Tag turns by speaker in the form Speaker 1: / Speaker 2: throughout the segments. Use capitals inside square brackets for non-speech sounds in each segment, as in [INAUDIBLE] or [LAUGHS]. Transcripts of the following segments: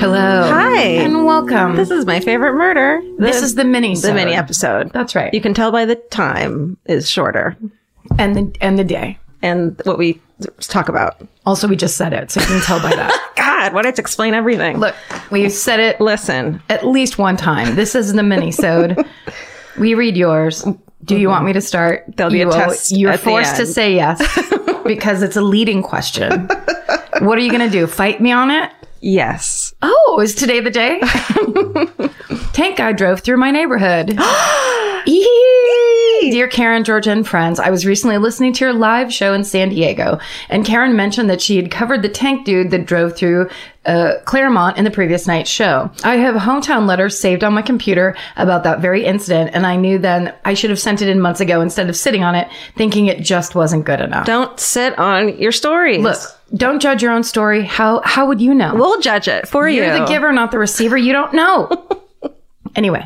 Speaker 1: Hello.
Speaker 2: Hi.
Speaker 1: Oh. And welcome.
Speaker 2: This is my favorite murder.
Speaker 1: This is the mini
Speaker 2: the mini episode.
Speaker 1: That's right.
Speaker 2: You can tell by the time is shorter
Speaker 1: and the and the day.
Speaker 2: and what we talk about.
Speaker 1: Also, we just said it, so you can tell by that.
Speaker 2: [LAUGHS] God, what I have to explain everything.
Speaker 1: Look, we've said it
Speaker 2: listen.
Speaker 1: at least one time. This is the mini
Speaker 2: [LAUGHS]
Speaker 1: sode. we read yours. Do you want me to start?
Speaker 2: There'll be a
Speaker 1: You will-
Speaker 2: test
Speaker 1: You're
Speaker 2: at the
Speaker 1: forced to
Speaker 2: end.
Speaker 1: say yes because it's a leading question.
Speaker 2: [LAUGHS]
Speaker 1: what are you going to do? Fight me on it?
Speaker 2: [LAUGHS] Yes.
Speaker 1: Oh, is today the day? Tank guy drove through my neighborhood. Eee! Dear Karen, Georgia, and friends, I was recently listening to your live show in San Diego, and Karen mentioned that she had covered the tank dude that drove through uh, Claremont in the previous night's show. I have hometown letters saved on my computer about that very incident, and I knew then I should have sent it in months ago instead of sitting on it, thinking it just wasn't good enough.
Speaker 2: Don't sit on your stories.
Speaker 1: Look, don't judge your own story. How how would you know?
Speaker 2: We'll judge it for you
Speaker 1: You're the giver, not the receiver. You don't know. [LAUGHS] anyway,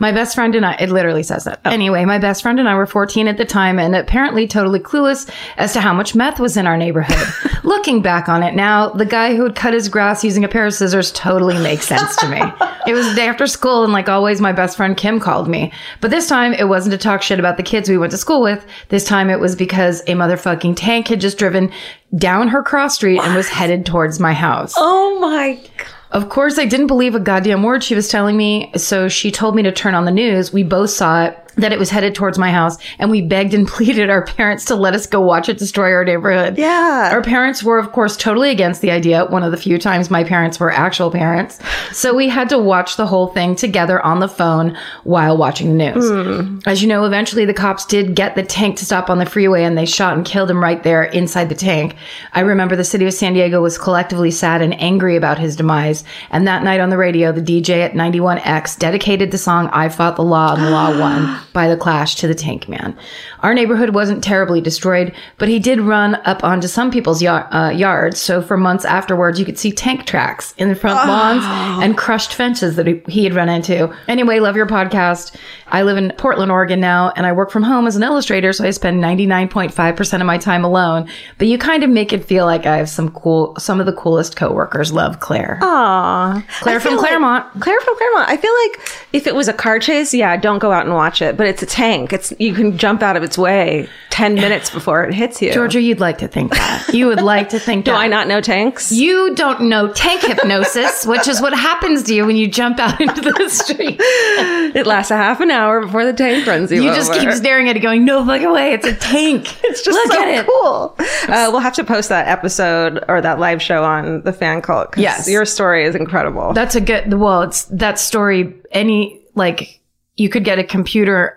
Speaker 1: my best friend and I, it literally says that.
Speaker 2: Oh.
Speaker 1: Anyway, my best friend and I were 14 at the time and apparently totally clueless as to how much meth was in our neighborhood.
Speaker 2: [LAUGHS]
Speaker 1: Looking back on it now, the guy who had cut his grass using a pair of scissors totally makes sense
Speaker 2: [LAUGHS]
Speaker 1: to me. It was the day after school, and like always, my best friend Kim called me. But this time, it wasn't to talk shit about the kids we went to school with. This time, it was because a motherfucking tank had just driven down her cross street and was headed towards my house.
Speaker 2: Oh my God.
Speaker 1: Of course, I didn't believe a goddamn word she was telling me, so she told me to turn on the news. We both saw it, that it was headed towards my house, and we begged and [LAUGHS] pleaded our parents to let us go watch it destroy our neighborhood.
Speaker 2: Yeah.
Speaker 1: Our parents were, of course, totally against the idea. One of the few times my parents were actual parents. So we had to watch the whole thing together on the phone while watching the news. As you know, eventually the cops did get the tank to stop on the freeway and they shot and killed him right there inside the tank. I remember the city of San Diego was collectively sad and angry about his demise. And that night on the radio, the DJ at 91X dedicated the song I Fought the Law and the Law Won by The Clash to the Tank Man. Our neighborhood wasn't terribly destroyed, but he did run up onto some people's yar- uh, yards. So for months afterwards, you could see tank tracks in the front lawns
Speaker 2: Oh.
Speaker 1: and crushed fences that he, he had run into. Anyway, love your podcast. I live in Portland, Oregon now, and I work from home as an illustrator, so I spend 99.5% of my time alone. But you kind of make it feel like I have some cool, some of the coolest coworkers. Love Claire.
Speaker 2: Aw.
Speaker 1: Claire
Speaker 2: I
Speaker 1: from
Speaker 2: feel like-
Speaker 1: Claremont.
Speaker 2: Claire from Claremont. I feel like if it was a car chase, yeah, don't go out and watch it. But it's a tank. It's you can jump out of its way ten minutes before it hits you.
Speaker 1: Georgia, you'd like to think that. You would like to
Speaker 2: [LAUGHS]
Speaker 1: think
Speaker 2: do
Speaker 1: that.
Speaker 2: I not know tanks?
Speaker 1: You don't know tank hypnosis, which is what happens to you when you jump out [LAUGHS] into the street.
Speaker 2: it lasts a half an hour before the tank runs you.
Speaker 1: You just
Speaker 2: over.
Speaker 1: keep staring at it, going, "No fucking way! It's a tank.
Speaker 2: [LAUGHS] It's just
Speaker 1: Look
Speaker 2: so
Speaker 1: at it."
Speaker 2: cool. Uh, we'll have to post that episode or that live show on the fan cult. 'cause
Speaker 1: Yes.
Speaker 2: your story is incredible.
Speaker 1: That's a good. Well, it's that story. Any like you could get a computer.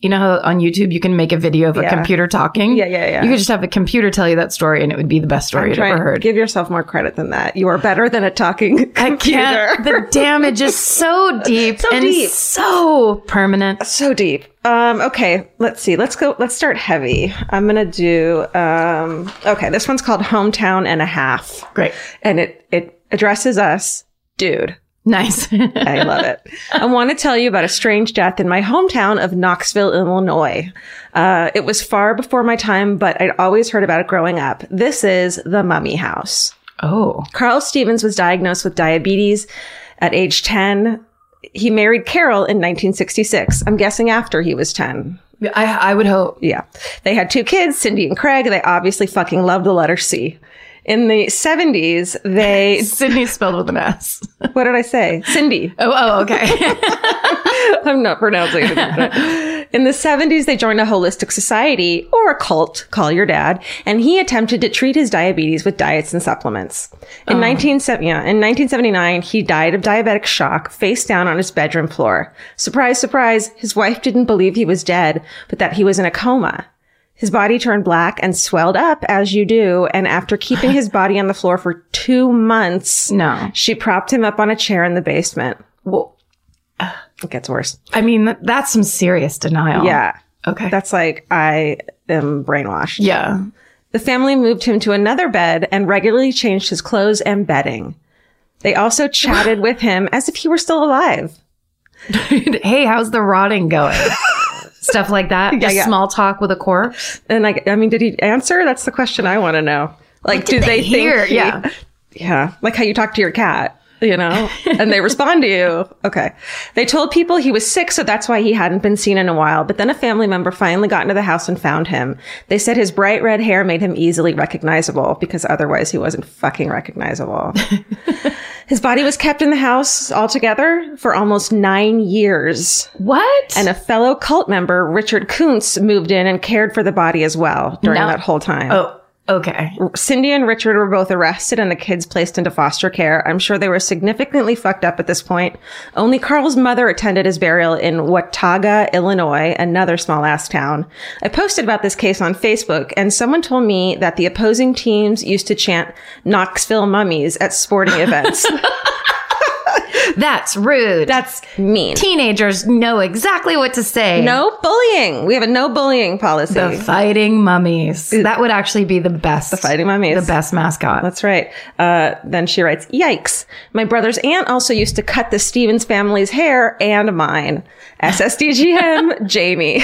Speaker 1: You know how on YouTube you can make a video of a
Speaker 2: Yeah.
Speaker 1: computer talking.
Speaker 2: Yeah, yeah, yeah.
Speaker 1: You could just have a computer tell you that story, and it would be the best story you'd
Speaker 2: Try
Speaker 1: ever
Speaker 2: and
Speaker 1: heard.
Speaker 2: Give yourself more credit than that. You are better than a talking
Speaker 1: I can't.
Speaker 2: computer.
Speaker 1: [LAUGHS] The damage is
Speaker 2: [LAUGHS]
Speaker 1: so deep
Speaker 2: So
Speaker 1: and
Speaker 2: deep.
Speaker 1: so permanent.
Speaker 2: so deep. Um, okay, let's see. Let's go. Let's start heavy. I'm gonna do. Um, okay, this one's called "Hometown and a Half,"
Speaker 1: Great,
Speaker 2: and it it addresses us, dude.
Speaker 1: nice. [LAUGHS]
Speaker 2: I love it. I want to tell you about a strange death in my hometown of Knoxville, Illinois. Uh, it was far before my time, but I'd always heard about it growing up. This is the mummy house.
Speaker 1: oh,
Speaker 2: Carl Stevens was diagnosed with diabetes at age 10. He married Carol in 1966. I'm guessing after he was 10.
Speaker 1: I I would hope.
Speaker 2: Yeah. They had two kids, Cindy and Craig. They obviously fucking loved the letter C. In the 70s, they,
Speaker 1: Sydney's spelled with an S.
Speaker 2: what did I say? Cindy.
Speaker 1: Oh, oh, okay.
Speaker 2: I'm not pronouncing it. In the 70s, they joined a holistic society or a cult, call your dad, and he attempted to treat his diabetes with diets and supplements. In, 1970 yeah, in 1979, he died of diabetic shock face down on his bedroom floor. Surprise, surprise, his wife didn't believe he was dead, but that he was in a coma. His body turned black and swelled up as you do. And after keeping his body on the floor for two
Speaker 1: [LAUGHS]
Speaker 2: months,
Speaker 1: No.
Speaker 2: she propped him up on a chair in the basement.
Speaker 1: Well,
Speaker 2: It gets worse.
Speaker 1: I mean, th- that's some serious denial.
Speaker 2: Yeah.
Speaker 1: Okay.
Speaker 2: That's like, I am brainwashed.
Speaker 1: yeah.
Speaker 2: The family moved him to another bed and regularly changed his clothes and bedding. They also chatted with him as if he were still alive.
Speaker 1: hey, how's the rotting
Speaker 2: [LAUGHS]
Speaker 1: going? Stuff like that. Just
Speaker 2: yeah.
Speaker 1: small talk with a corpse.
Speaker 2: And like, I mean, did he answer? That's the question I want to know. Like, do they,
Speaker 1: hear?
Speaker 2: think? he-
Speaker 1: Yeah.
Speaker 2: yeah, like how you talk to your cat, you know, and they respond to you. Okay. They told people he was sick, so that's why he hadn't been seen in a while. But then a family member finally got into the house and found him. They said his bright red hair made him easily recognizable because otherwise he wasn't fucking recognizable. his body was kept in the house altogether for almost nine years.
Speaker 1: What?
Speaker 2: And a fellow cult member, Richard Kuntz, moved in and cared for the body as well during
Speaker 1: No.
Speaker 2: that whole time.
Speaker 1: oh, okay.
Speaker 2: Cindy and Richard were both arrested and the kids placed into foster care. I'm sure they were significantly fucked up at this point. Only Carl's mother attended his burial in Watauga, Illinois, another small ass town. I posted about this case on Facebook and someone told me that the opposing teams used to chant Knoxville mummies
Speaker 1: [LAUGHS]
Speaker 2: at sporting events.
Speaker 1: That's rude.
Speaker 2: That's mean.
Speaker 1: Teenagers know exactly what to say.
Speaker 2: No bullying. We have a no bullying policy.
Speaker 1: The fighting mummies. That would actually be the best. The
Speaker 2: fighting mummies.
Speaker 1: The best mascot.
Speaker 2: That's right. Uh, then she writes, Yikes. My brother's aunt also used to cut the Stevens family's hair and mine.
Speaker 1: [LAUGHS]
Speaker 2: SSDGM, Jamie.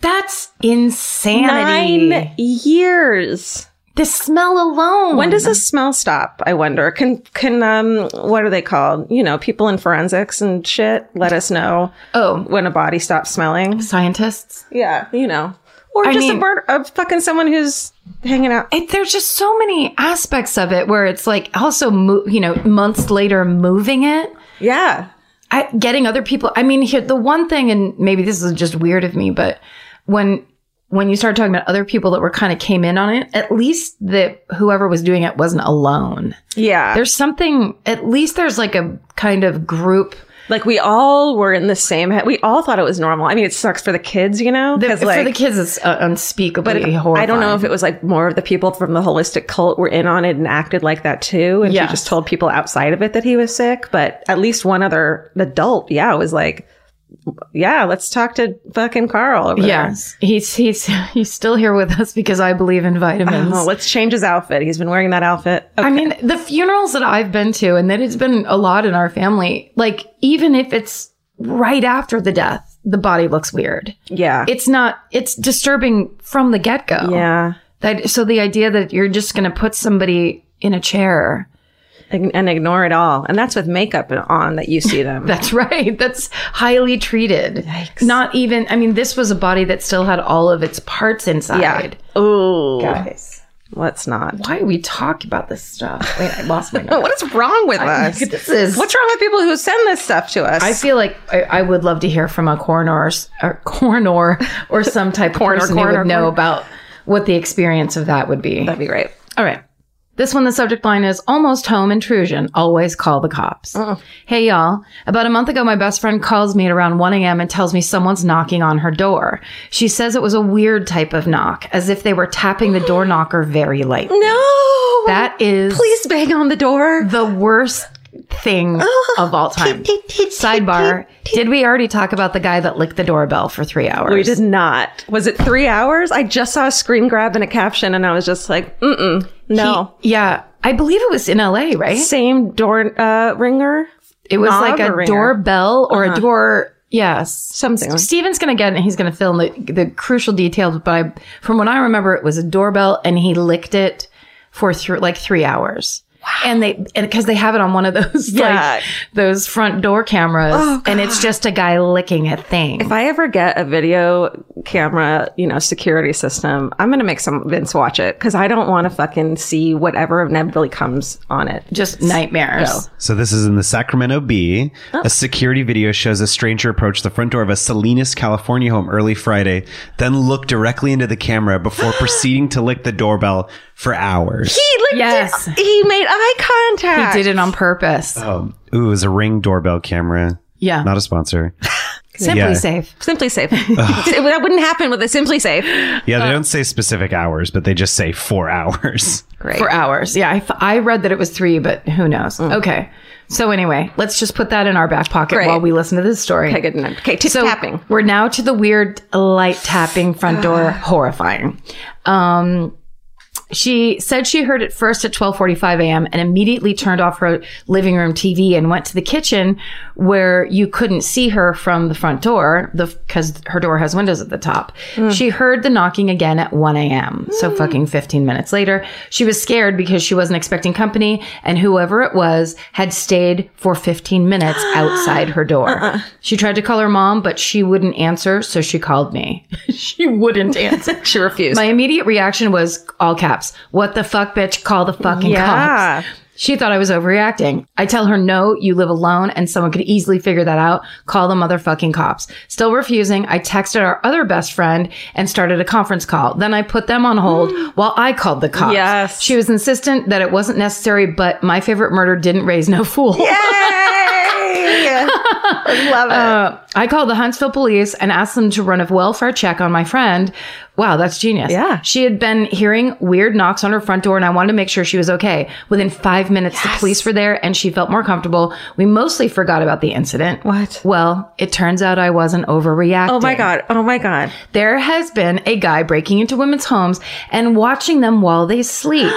Speaker 1: That's insanity.
Speaker 2: Nine years.
Speaker 1: The smell alone.
Speaker 2: When does the smell stop? I wonder. Can, can, um, what are they called? You know, people in forensics and shit let us know
Speaker 1: oh
Speaker 2: when a body stops smelling.
Speaker 1: scientists?
Speaker 2: Yeah, you know. Or
Speaker 1: I
Speaker 2: just a
Speaker 1: mean-
Speaker 2: bird, a fucking someone who's hanging out.
Speaker 1: It, there's just so many aspects of it where it's like also mo- you know months later moving it.
Speaker 2: Yeah.
Speaker 1: I, getting other people. I mean, here, the one thing, and maybe this is just weird of me, but when when you start talking about other people that were kind of came in on it, at least that whoever was doing it wasn't alone.
Speaker 2: Yeah.
Speaker 1: There's something. At least there's like a kind of group.
Speaker 2: Like we all were in the same. he- We all thought it was normal. I mean, it sucks for the kids, you know, because
Speaker 1: for
Speaker 2: like.
Speaker 1: the kids, it's uh, unspeakably
Speaker 2: but
Speaker 1: horrifying.
Speaker 2: I don't know if it was like more of the people from the holistic cult were in on it and acted like that too, and
Speaker 1: Yes.
Speaker 2: he just told people outside of it that he was sick. But at least one other adult, yeah, was like, "Yeah, let's talk to fucking Carl." Over
Speaker 1: Yes, he's he's [LAUGHS] he's still here with us because I believe in
Speaker 2: there.
Speaker 1: vitamins.
Speaker 2: Oh, let's change his outfit. He's been wearing that outfit. Oh, Okay.
Speaker 1: I mean, the funerals that I've been to, and that it's been a lot in our family, like, even if it's right after the death, the body looks weird.
Speaker 2: yeah,
Speaker 1: It's not, it's disturbing from the get go.
Speaker 2: yeah,
Speaker 1: That, so the idea that you're just going to put somebody in a chair. [LAUGHS]
Speaker 2: and, and ignore it all, and that's with makeup on that you see
Speaker 1: [LAUGHS]
Speaker 2: them.
Speaker 1: That's right. That's highly treated. Not even, I mean, this was a body that still had all of its parts inside.
Speaker 2: yeah. Oh,
Speaker 1: Guys,
Speaker 2: let's not.
Speaker 1: why do we talk about this stuff? Wait, I lost
Speaker 2: [LAUGHS]
Speaker 1: my note.
Speaker 2: What is wrong with us?
Speaker 1: This is
Speaker 2: Oh, What's wrong with people who send this stuff to us?
Speaker 1: I feel like I, I would love to hear from a coroner's or coroner or some [LAUGHS] type of person who
Speaker 2: coroner,
Speaker 1: would know
Speaker 2: coroner.
Speaker 1: about what the experience of that would be.
Speaker 2: That'd be great.
Speaker 1: All right. This one, the subject line is almost home intrusion. Always call the cops. Hey, y'all. About a month ago, my best friend calls me at around 1 a.m. and tells me someone's knocking on her door. She says it was a weird type of knock, as if they were tapping the door knocker very light. [GASPS]
Speaker 2: No.
Speaker 1: That is
Speaker 2: Please bang on the
Speaker 1: [LAUGHS]
Speaker 2: door.
Speaker 1: the worst thing [GASPS] of all time. Sidebar: Did we already talk about the guy that licked the doorbell for three hours?
Speaker 2: We did not. Was it three hours? I just saw a screen grab and a caption, and I was just like, mm mm. No.
Speaker 1: Yeah, I believe it was in L.A. Right?
Speaker 2: Same door uh, ringer.
Speaker 1: It was
Speaker 2: Knob
Speaker 1: like a
Speaker 2: or ringer?
Speaker 1: doorbell or a door. Yes.
Speaker 2: Uh-huh. Something.
Speaker 1: Steven's gonna get it and he's gonna fill in the, the crucial details, but I, from what I remember, it was a doorbell and he licked it for thr like three hours. And they, and because they have it on one of those,
Speaker 2: Yeah. Oh,
Speaker 1: like those front door cameras, and it's just a guy licking a thing.
Speaker 2: If I ever get a video camera, you know, security system, I'm gonna make some Vince watch it because I don't want to fucking see whatever inevitably comes on it.
Speaker 1: just nightmares.
Speaker 3: So this is in the Sacramento Bee. A security video shows a stranger approach the front door of a Salinas, California home early Friday, then look directly into the camera before proceeding to lick the doorbell for hours.
Speaker 2: He licked
Speaker 1: Yes.
Speaker 2: it. He made eye contact.
Speaker 1: Did it on purpose.
Speaker 3: Um, ooh, it was a ring doorbell camera.
Speaker 1: Yeah.
Speaker 3: Not a sponsor.
Speaker 1: Simply
Speaker 3: Yeah.
Speaker 1: safe. [LAUGHS]
Speaker 2: Simply safe. that wouldn't happen with a Simply safe.
Speaker 3: Yeah, they don't say specific hours, but they just say four hours. [LAUGHS]
Speaker 2: Great.
Speaker 1: For hours. Yeah. I, f- I read that it was three, but who knows?
Speaker 2: Mm.
Speaker 1: Okay. So anyway, let's just put that in our back pocket
Speaker 2: Great.
Speaker 1: while we listen to this story.
Speaker 2: okay, good enough. Okay, tip
Speaker 1: so
Speaker 2: tapping.
Speaker 1: We're now to the weird light tapping front
Speaker 2: [SIGHS]
Speaker 1: door. Horrifying. Um, she said she heard it first at 12:45 a.m. and immediately turned off her living room TV and went to the kitchen where you couldn't see her from the front door the cuz her door has windows at the top. She heard the knocking again at 1 a.m. So fucking 15 minutes later, she was scared because she wasn't expecting company and whoever it was had stayed for 15 minutes outside her door. She tried to call her mom but she wouldn't answer, so she called me. she wouldn't answer.
Speaker 2: [LAUGHS] She refused.
Speaker 1: My immediate reaction was all caps. What the fuck, bitch? Call the fucking
Speaker 2: Yeah.
Speaker 1: cops. She thought I was overreacting. I tell her, no, you live alone and someone could easily figure that out. Call the motherfucking cops. Still refusing, I texted our other best friend and started a conference call. Then I put them on
Speaker 2: [GASPS]
Speaker 1: hold while I called the cops.
Speaker 2: Yes.
Speaker 1: She was insistent that it wasn't necessary, but my favorite murder didn't raise no fool. [LAUGHS]
Speaker 2: Yay! Love it.
Speaker 1: Uh, I called the Huntsville police and asked them to run a welfare check on my friend. Wow, that's genius.
Speaker 2: Yeah.
Speaker 1: She had been hearing weird knocks on her front door and I wanted to make sure she was okay. Within five minutes, the police were there and she felt more comfortable. We mostly forgot about the incident.
Speaker 2: What?
Speaker 1: Well, it turns out I wasn't overreacting.
Speaker 2: oh my god. Oh my god.
Speaker 1: There has been a guy breaking into women's homes and watching them while they [GASPS] sleep.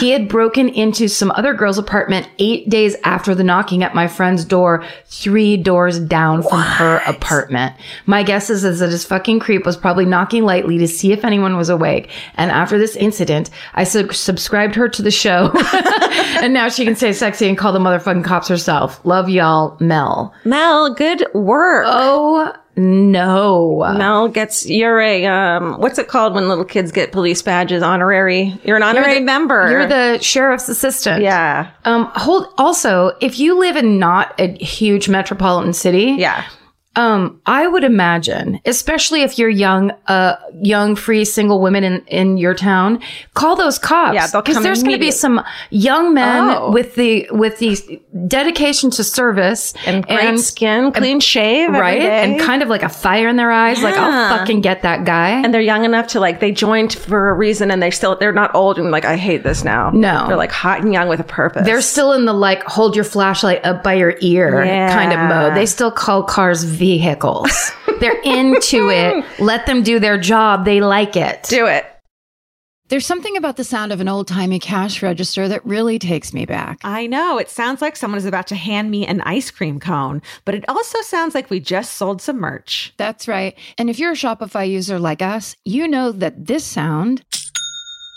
Speaker 1: he had broken into some other girl's apartment eight days after the knocking at my friend's door, three doors down from her apartment. My guess is, is that his fucking creep was probably knocking lightly to see if anyone was awake. And after this incident, I sub- subscribed her to the show. [LAUGHS] and now she can stay sexy and call the motherfucking cops herself. Love y'all, Mel.
Speaker 2: Mel, good work.
Speaker 1: Oh no.
Speaker 2: Mel gets you're a um what's it called when little kids get police badges honorary you're an honorary member
Speaker 1: You're the sheriff's assistant.
Speaker 2: yeah
Speaker 1: Um, hold also, if you live in not a huge metropolitan city,
Speaker 2: yeah
Speaker 1: um, I would imagine, especially if you're young, uh, young free single women in, in your town, call those cops.
Speaker 2: Yeah, they'll come
Speaker 1: there's going to be
Speaker 2: immediate-
Speaker 1: some young men
Speaker 2: Oh.
Speaker 1: with the with the dedication to service
Speaker 2: and great skin clean shave every
Speaker 1: right,
Speaker 2: day.
Speaker 1: and kind of like a fire in their eyes, like I'll fucking get that guy.
Speaker 2: and they're young enough to like they joined for a reason and they're still they're not old and like I hate this now
Speaker 1: No.
Speaker 2: they're like hot and young with a purpose
Speaker 1: They're still in the like hold your flashlight up by your ear
Speaker 2: Yeah.
Speaker 1: kind of mode. They still call cars vehicles. They're into it. Let them do their job. They like it.
Speaker 2: do it
Speaker 4: There's something about the sound of an old timey cash register that really takes me back.
Speaker 5: I know. It sounds like someone is about to hand me an ice cream cone, but it also sounds like we just sold some merch.
Speaker 4: That's right. And if you're a Shopify user like us, you know that this sound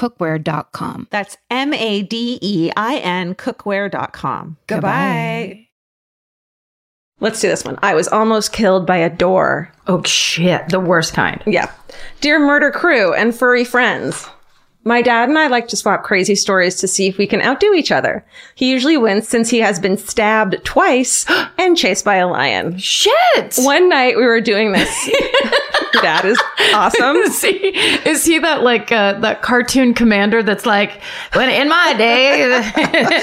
Speaker 1: madeincookware.com.
Speaker 5: That's M A D E I N cookware.com. Goodbye.
Speaker 1: Goodbye.
Speaker 2: Let's do this one. I was almost killed by a door.
Speaker 6: Oh shit, the worst kind.
Speaker 2: Yeah. Dear murder crew and furry friends. My dad and I like to swap crazy stories to see if we can outdo each other. He usually wins since he has been stabbed twice [GASPS] and chased by a lion.
Speaker 6: Shit.
Speaker 2: One night we were doing
Speaker 1: [LAUGHS]
Speaker 2: this. that is awesome.
Speaker 6: [LAUGHS] Is he, is he that like uh, that cartoon commander that's like when in my day [LAUGHS]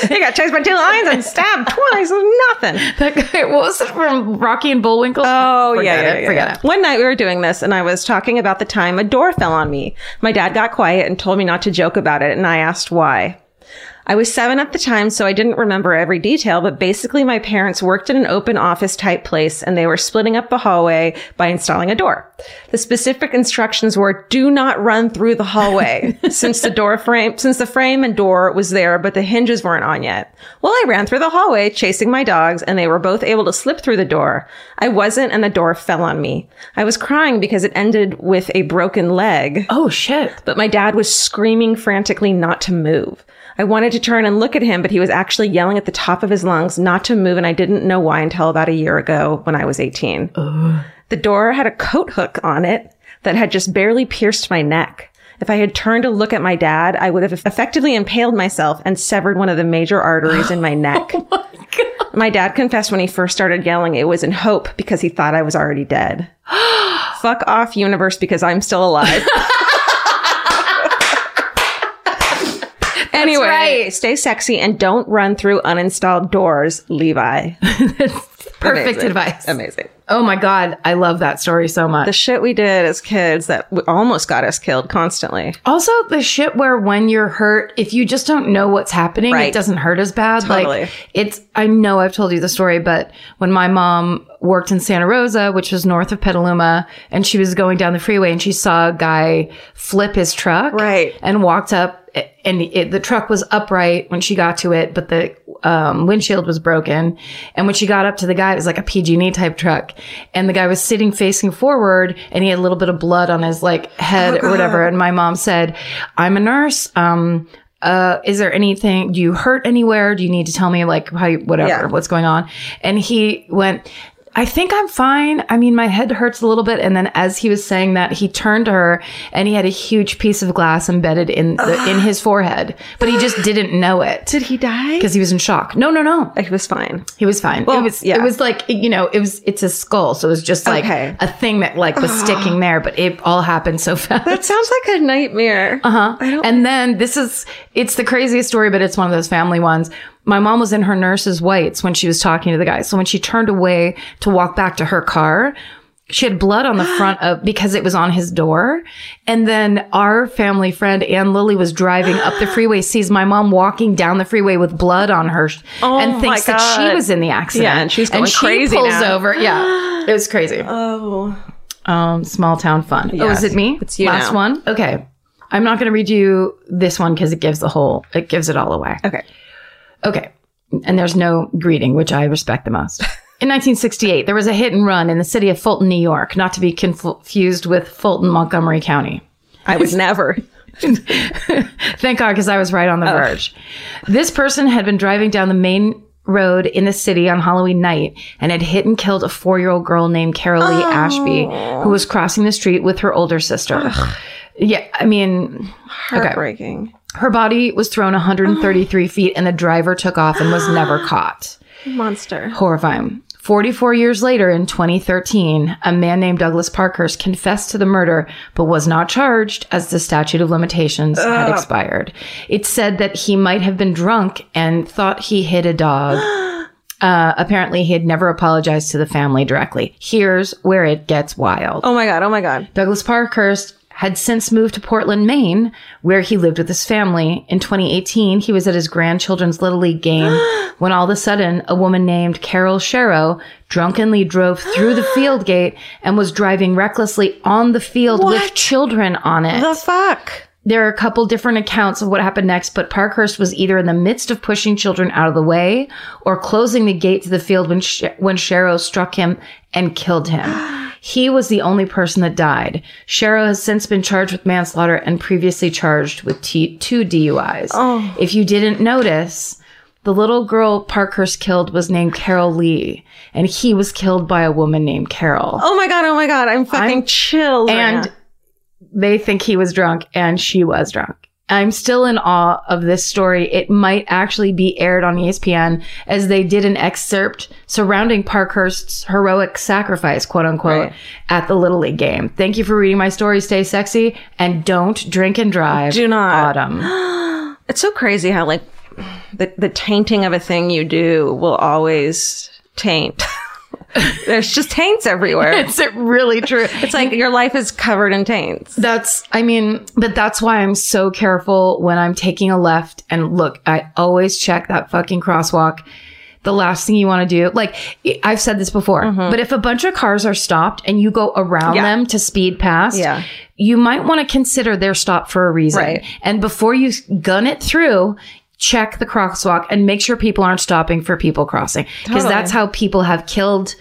Speaker 2: He got chased by two lions and stabbed twice. Nothing.
Speaker 6: that guy, what was it from Rocky and Bullwinkle?
Speaker 2: Oh,
Speaker 6: [LAUGHS] Forget
Speaker 2: yeah, yeah,
Speaker 6: it,
Speaker 2: yeah,
Speaker 6: forget
Speaker 2: yeah.
Speaker 6: it.
Speaker 2: One night we were doing this, and I was talking about the time a door fell on me. My dad got quiet and told me not to joke about it, and I asked why. I was seven at the time, so I didn't remember every detail, but basically, my parents worked in an open office type place, and they were splitting up the hallway by installing a door. The specific instructions were do not run through the hallway since the door frame, since the frame and door was there, but the hinges weren't on yet. Well, I ran through the hallway chasing my dogs, and they were both able to slip through the door. I wasn't, and the door fell on me. I was crying because it ended with a broken leg
Speaker 6: Oh shit.
Speaker 2: but my dad was screaming frantically not to move. I wanted to turn and look at him, but he was actually yelling at the top of his lungs not to move, and I didn't know why until about a year ago when I was 18. The door had a coat hook on it that had just barely pierced my neck. If I had turned to look at my dad, I would have effectively impaled myself and severed one of the major arteries in
Speaker 6: [LAUGHS] Oh
Speaker 2: my neck. My dad confessed when he first started yelling it was in hope because he thought I was already
Speaker 6: [GASPS]
Speaker 2: dead. Fuck off, universe, because I'm still
Speaker 6: [LAUGHS]
Speaker 2: alive. [LAUGHS] anyway, stay sexy and don't run through uninstalled doors, Levi.
Speaker 6: Perfect
Speaker 2: Amazing.
Speaker 6: advice.
Speaker 2: Amazing.
Speaker 6: Oh my God. I love that story so much.
Speaker 2: The shit we did as kids that w- almost got us killed constantly.
Speaker 6: Also, the shit where when you're hurt, if you just don't know what's happening,
Speaker 2: Right.
Speaker 6: it doesn't hurt as bad.
Speaker 2: Totally.
Speaker 6: Like it's, I know I've told you the story, but when my mom worked in Santa Rosa, which was north of Petaluma, and she was going down the freeway and she saw a guy flip his truck,
Speaker 2: Right.
Speaker 6: and walked up, and it, the truck was upright when she got to it, but the um, windshield was broken. And when she got up to the guy, it was like a PG&E E type truck, and the guy was sitting facing forward, and he had a little bit of blood on his like head or whatever. And my mom said, "I'm a nurse. Um, uh, is there anything? Do you hurt anywhere? Do you need to tell me like how you, whatever
Speaker 2: Yeah.
Speaker 6: what's going on?" And he went. I think I'm fine. I mean, my head hurts a little bit. And then as he was saying that, he turned to her and he had a huge piece of glass embedded in the, in his forehead, but he just didn't know it
Speaker 2: Did he die?
Speaker 6: because he was in shock. No, no, no.
Speaker 2: It was fine.
Speaker 6: He was fine. it was
Speaker 2: yeah.
Speaker 6: it was like you know, it was it's a skull, so it was just like
Speaker 2: Okay.
Speaker 6: a thing that like was sticking there, but it all happened so [LAUGHS] fast.
Speaker 2: That sounds like a nightmare.
Speaker 6: Uh-huh. And then this is it's the craziest story, but it's one of those family ones. My mom was in her nurse's whites when she was talking to the guy. So when she turned away to walk back to her car, she had
Speaker 2: [GASPS]
Speaker 6: blood on the front of because it was on his door. And then our family friend Ann Lily was driving
Speaker 2: [GASPS]
Speaker 6: up the freeway, sees my mom walking down the freeway with blood on her sh-
Speaker 2: Oh my
Speaker 6: and thinks that
Speaker 2: God.
Speaker 6: she was in the accident.
Speaker 2: Yeah, and she's going
Speaker 6: she
Speaker 2: crazy
Speaker 6: pulls
Speaker 2: now.
Speaker 6: over. Yeah. It was
Speaker 2: [GASPS]
Speaker 6: crazy.
Speaker 2: Oh.
Speaker 6: Um, small town fun. Oh,
Speaker 2: Yes.
Speaker 6: is it me?
Speaker 2: It's you
Speaker 6: Last
Speaker 2: now.
Speaker 6: one. Okay. I'm not going to read you this one because it gives the whole, it gives it all away.
Speaker 2: Okay.
Speaker 6: Okay. And there's no greeting, which I respect the most.
Speaker 2: [LAUGHS]
Speaker 6: In 1968, there was a hit and run in the city of Fulton, New York, not to be confused with Fulton, Montgomery County.
Speaker 2: I would [LAUGHS] never.
Speaker 6: Thank God, because I was right on the verge. This person had been driving down the main road in the city on Halloween night and had hit and killed a four year old girl named Carol Lee Ashby, who was crossing the street with her older sister. Yeah, I mean,
Speaker 2: Heartbreaking.
Speaker 6: her body was thrown 133 feet and the driver took off and was never caught.
Speaker 2: Monster.
Speaker 6: Horrifying. 44 years later, in 2013, a man named Douglas Parkhurst confessed to the murder, but was not charged as the statute of limitations had expired. It said that he might have been drunk and thought he hit a dog. Uh, apparently, he had never apologized to the family directly. Here's where it gets wild.
Speaker 2: Oh my god. Oh my god.
Speaker 6: Douglas Parkhurst had since moved to Portland, Maine, where he lived with his family. In 2018, he was at his grandchildren's Little League game when all of a sudden a woman named Carol Sharrow drunkenly drove
Speaker 2: [GASPS]
Speaker 6: through the field gate and was driving recklessly on the field with children on it.
Speaker 2: The fuck.
Speaker 6: There are a couple different accounts of what happened next, but Parkhurst was either in the midst of pushing children out of the way or closing the gate to the field when Sh- when Sharrow struck him and
Speaker 2: [GASPS]
Speaker 6: killed him. he was the only person that died. Sharrow has since been charged with manslaughter and previously charged with t- two DUIs.
Speaker 2: Oh.
Speaker 6: If you didn't notice, the little girl Parkhurst killed was named Carol Lee, and he was killed by a woman named Carol.
Speaker 2: Oh my god. Oh my god. I'm fucking
Speaker 6: I'm-
Speaker 2: chills. right
Speaker 6: And
Speaker 2: now.
Speaker 6: they think he was drunk and she was drunk. I'm still in awe of this story. It might actually be aired on E ESPN as they did an excerpt surrounding Parkhurst's heroic sacrifice, quote unquote,
Speaker 2: Right.
Speaker 6: at the Little League game. Thank you for reading my story. Stay sexy and don't drink and drive.
Speaker 2: Do not.
Speaker 6: Autumn.
Speaker 2: it's so crazy how like the the tainting of a thing you do will always taint. [LAUGHS] There's just taints [LAUGHS] everywhere.
Speaker 6: Is it [LAUGHS] really true?
Speaker 2: It's like your life is covered in taints.
Speaker 6: That's, I mean, but that's why I'm so careful when I'm taking a left. And look, I always check that fucking crosswalk. The last thing you want to do, like I- I've said this before, but if a bunch of cars are stopped and you go
Speaker 2: Mm-hmm.
Speaker 6: around
Speaker 2: Yeah.
Speaker 6: them to speed past,
Speaker 2: Yeah.
Speaker 6: you might want to consider they're stopped for a reason.
Speaker 2: Right.
Speaker 6: And before you gun it through, check the crosswalk and make sure people aren't stopping for people crossing because that's how people have killed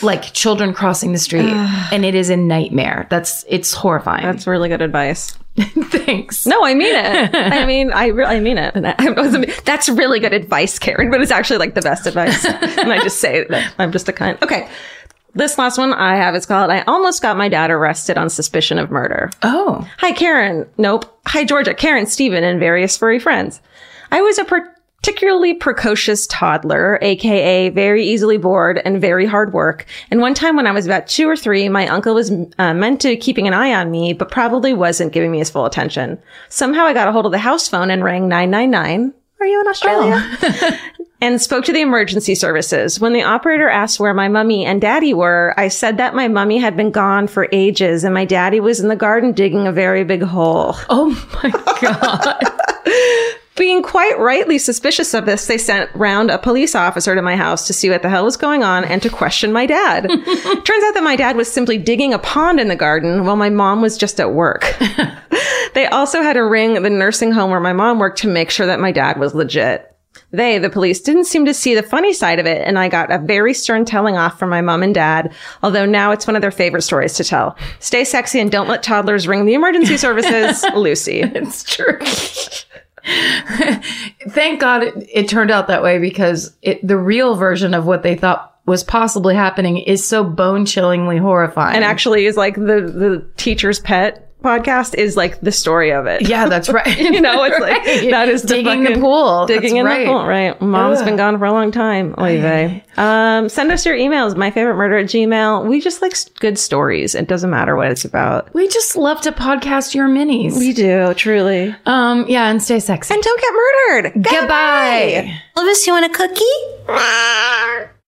Speaker 6: like children crossing the street and it is a nightmare that's it's horrifying
Speaker 2: That's really good advice.
Speaker 6: [LAUGHS] Thanks.
Speaker 2: No, I mean it. I mean, I really I mean it. And I- I wasn't- That's really good advice, Karen, but it's actually like the best advice. and I just say that I'm just a kind. Okay. This last one I have is called I Almost Got My Dad Arrested on Suspicion of Murder.
Speaker 6: Oh.
Speaker 2: Hi, Karen. Nope. Hi, Georgia, Karen, Steven, and various furry friends. I was a particularly precocious toddler, aka very easily bored and very hard work. And one time when I was about two or three, my uncle was uh, meant to keeping an eye on me, but probably wasn't giving me his full attention. Somehow I got a hold of the house phone and rang 999. Are you in Australia? and spoke to the emergency services. When the operator asked where my mummy and daddy were, I said that my mummy had been gone for ages and my daddy was in the garden digging a very big hole.
Speaker 6: Oh my God.
Speaker 2: Being quite rightly suspicious of this, they sent round a police officer to my house to see what the hell was going on and to question my dad. Turns out that my dad was simply digging a pond in the garden while my mom was just at work. they also had to ring the nursing home where my mom worked to make sure that my dad was legit. They, the police, didn't seem to see the funny side of it, and I got a very stern telling off from my mom and dad, although now it's one of their favorite stories to tell. Stay sexy and don't let toddlers ring the emergency services, Lucy.
Speaker 6: It's true. Thank God it, it turned out that way because it, the real version of what they thought was possibly happening is so bone chillingly horrifying. [LAUGHS]
Speaker 2: and actually is like the the teacher's pet podcast is like the story of it. [LAUGHS]
Speaker 6: yeah, that's right.
Speaker 2: You know, it's like
Speaker 6: [LAUGHS] Right.
Speaker 2: that is the
Speaker 6: digging the
Speaker 2: fucking-
Speaker 6: pool,
Speaker 2: digging
Speaker 6: That's
Speaker 2: in
Speaker 6: right.
Speaker 2: the pool. Right, mom's been gone for a long time. Oy vey. Um, send us your emails. My favorite murder at Gmail. We just like s- good stories. It doesn't matter what it's about.
Speaker 6: We just love to podcast your minis.
Speaker 2: We do truly.
Speaker 6: um, yeah, and stay sexy.
Speaker 2: And don't get murdered.
Speaker 6: Goodbye.
Speaker 7: Elvis, you want a cookie?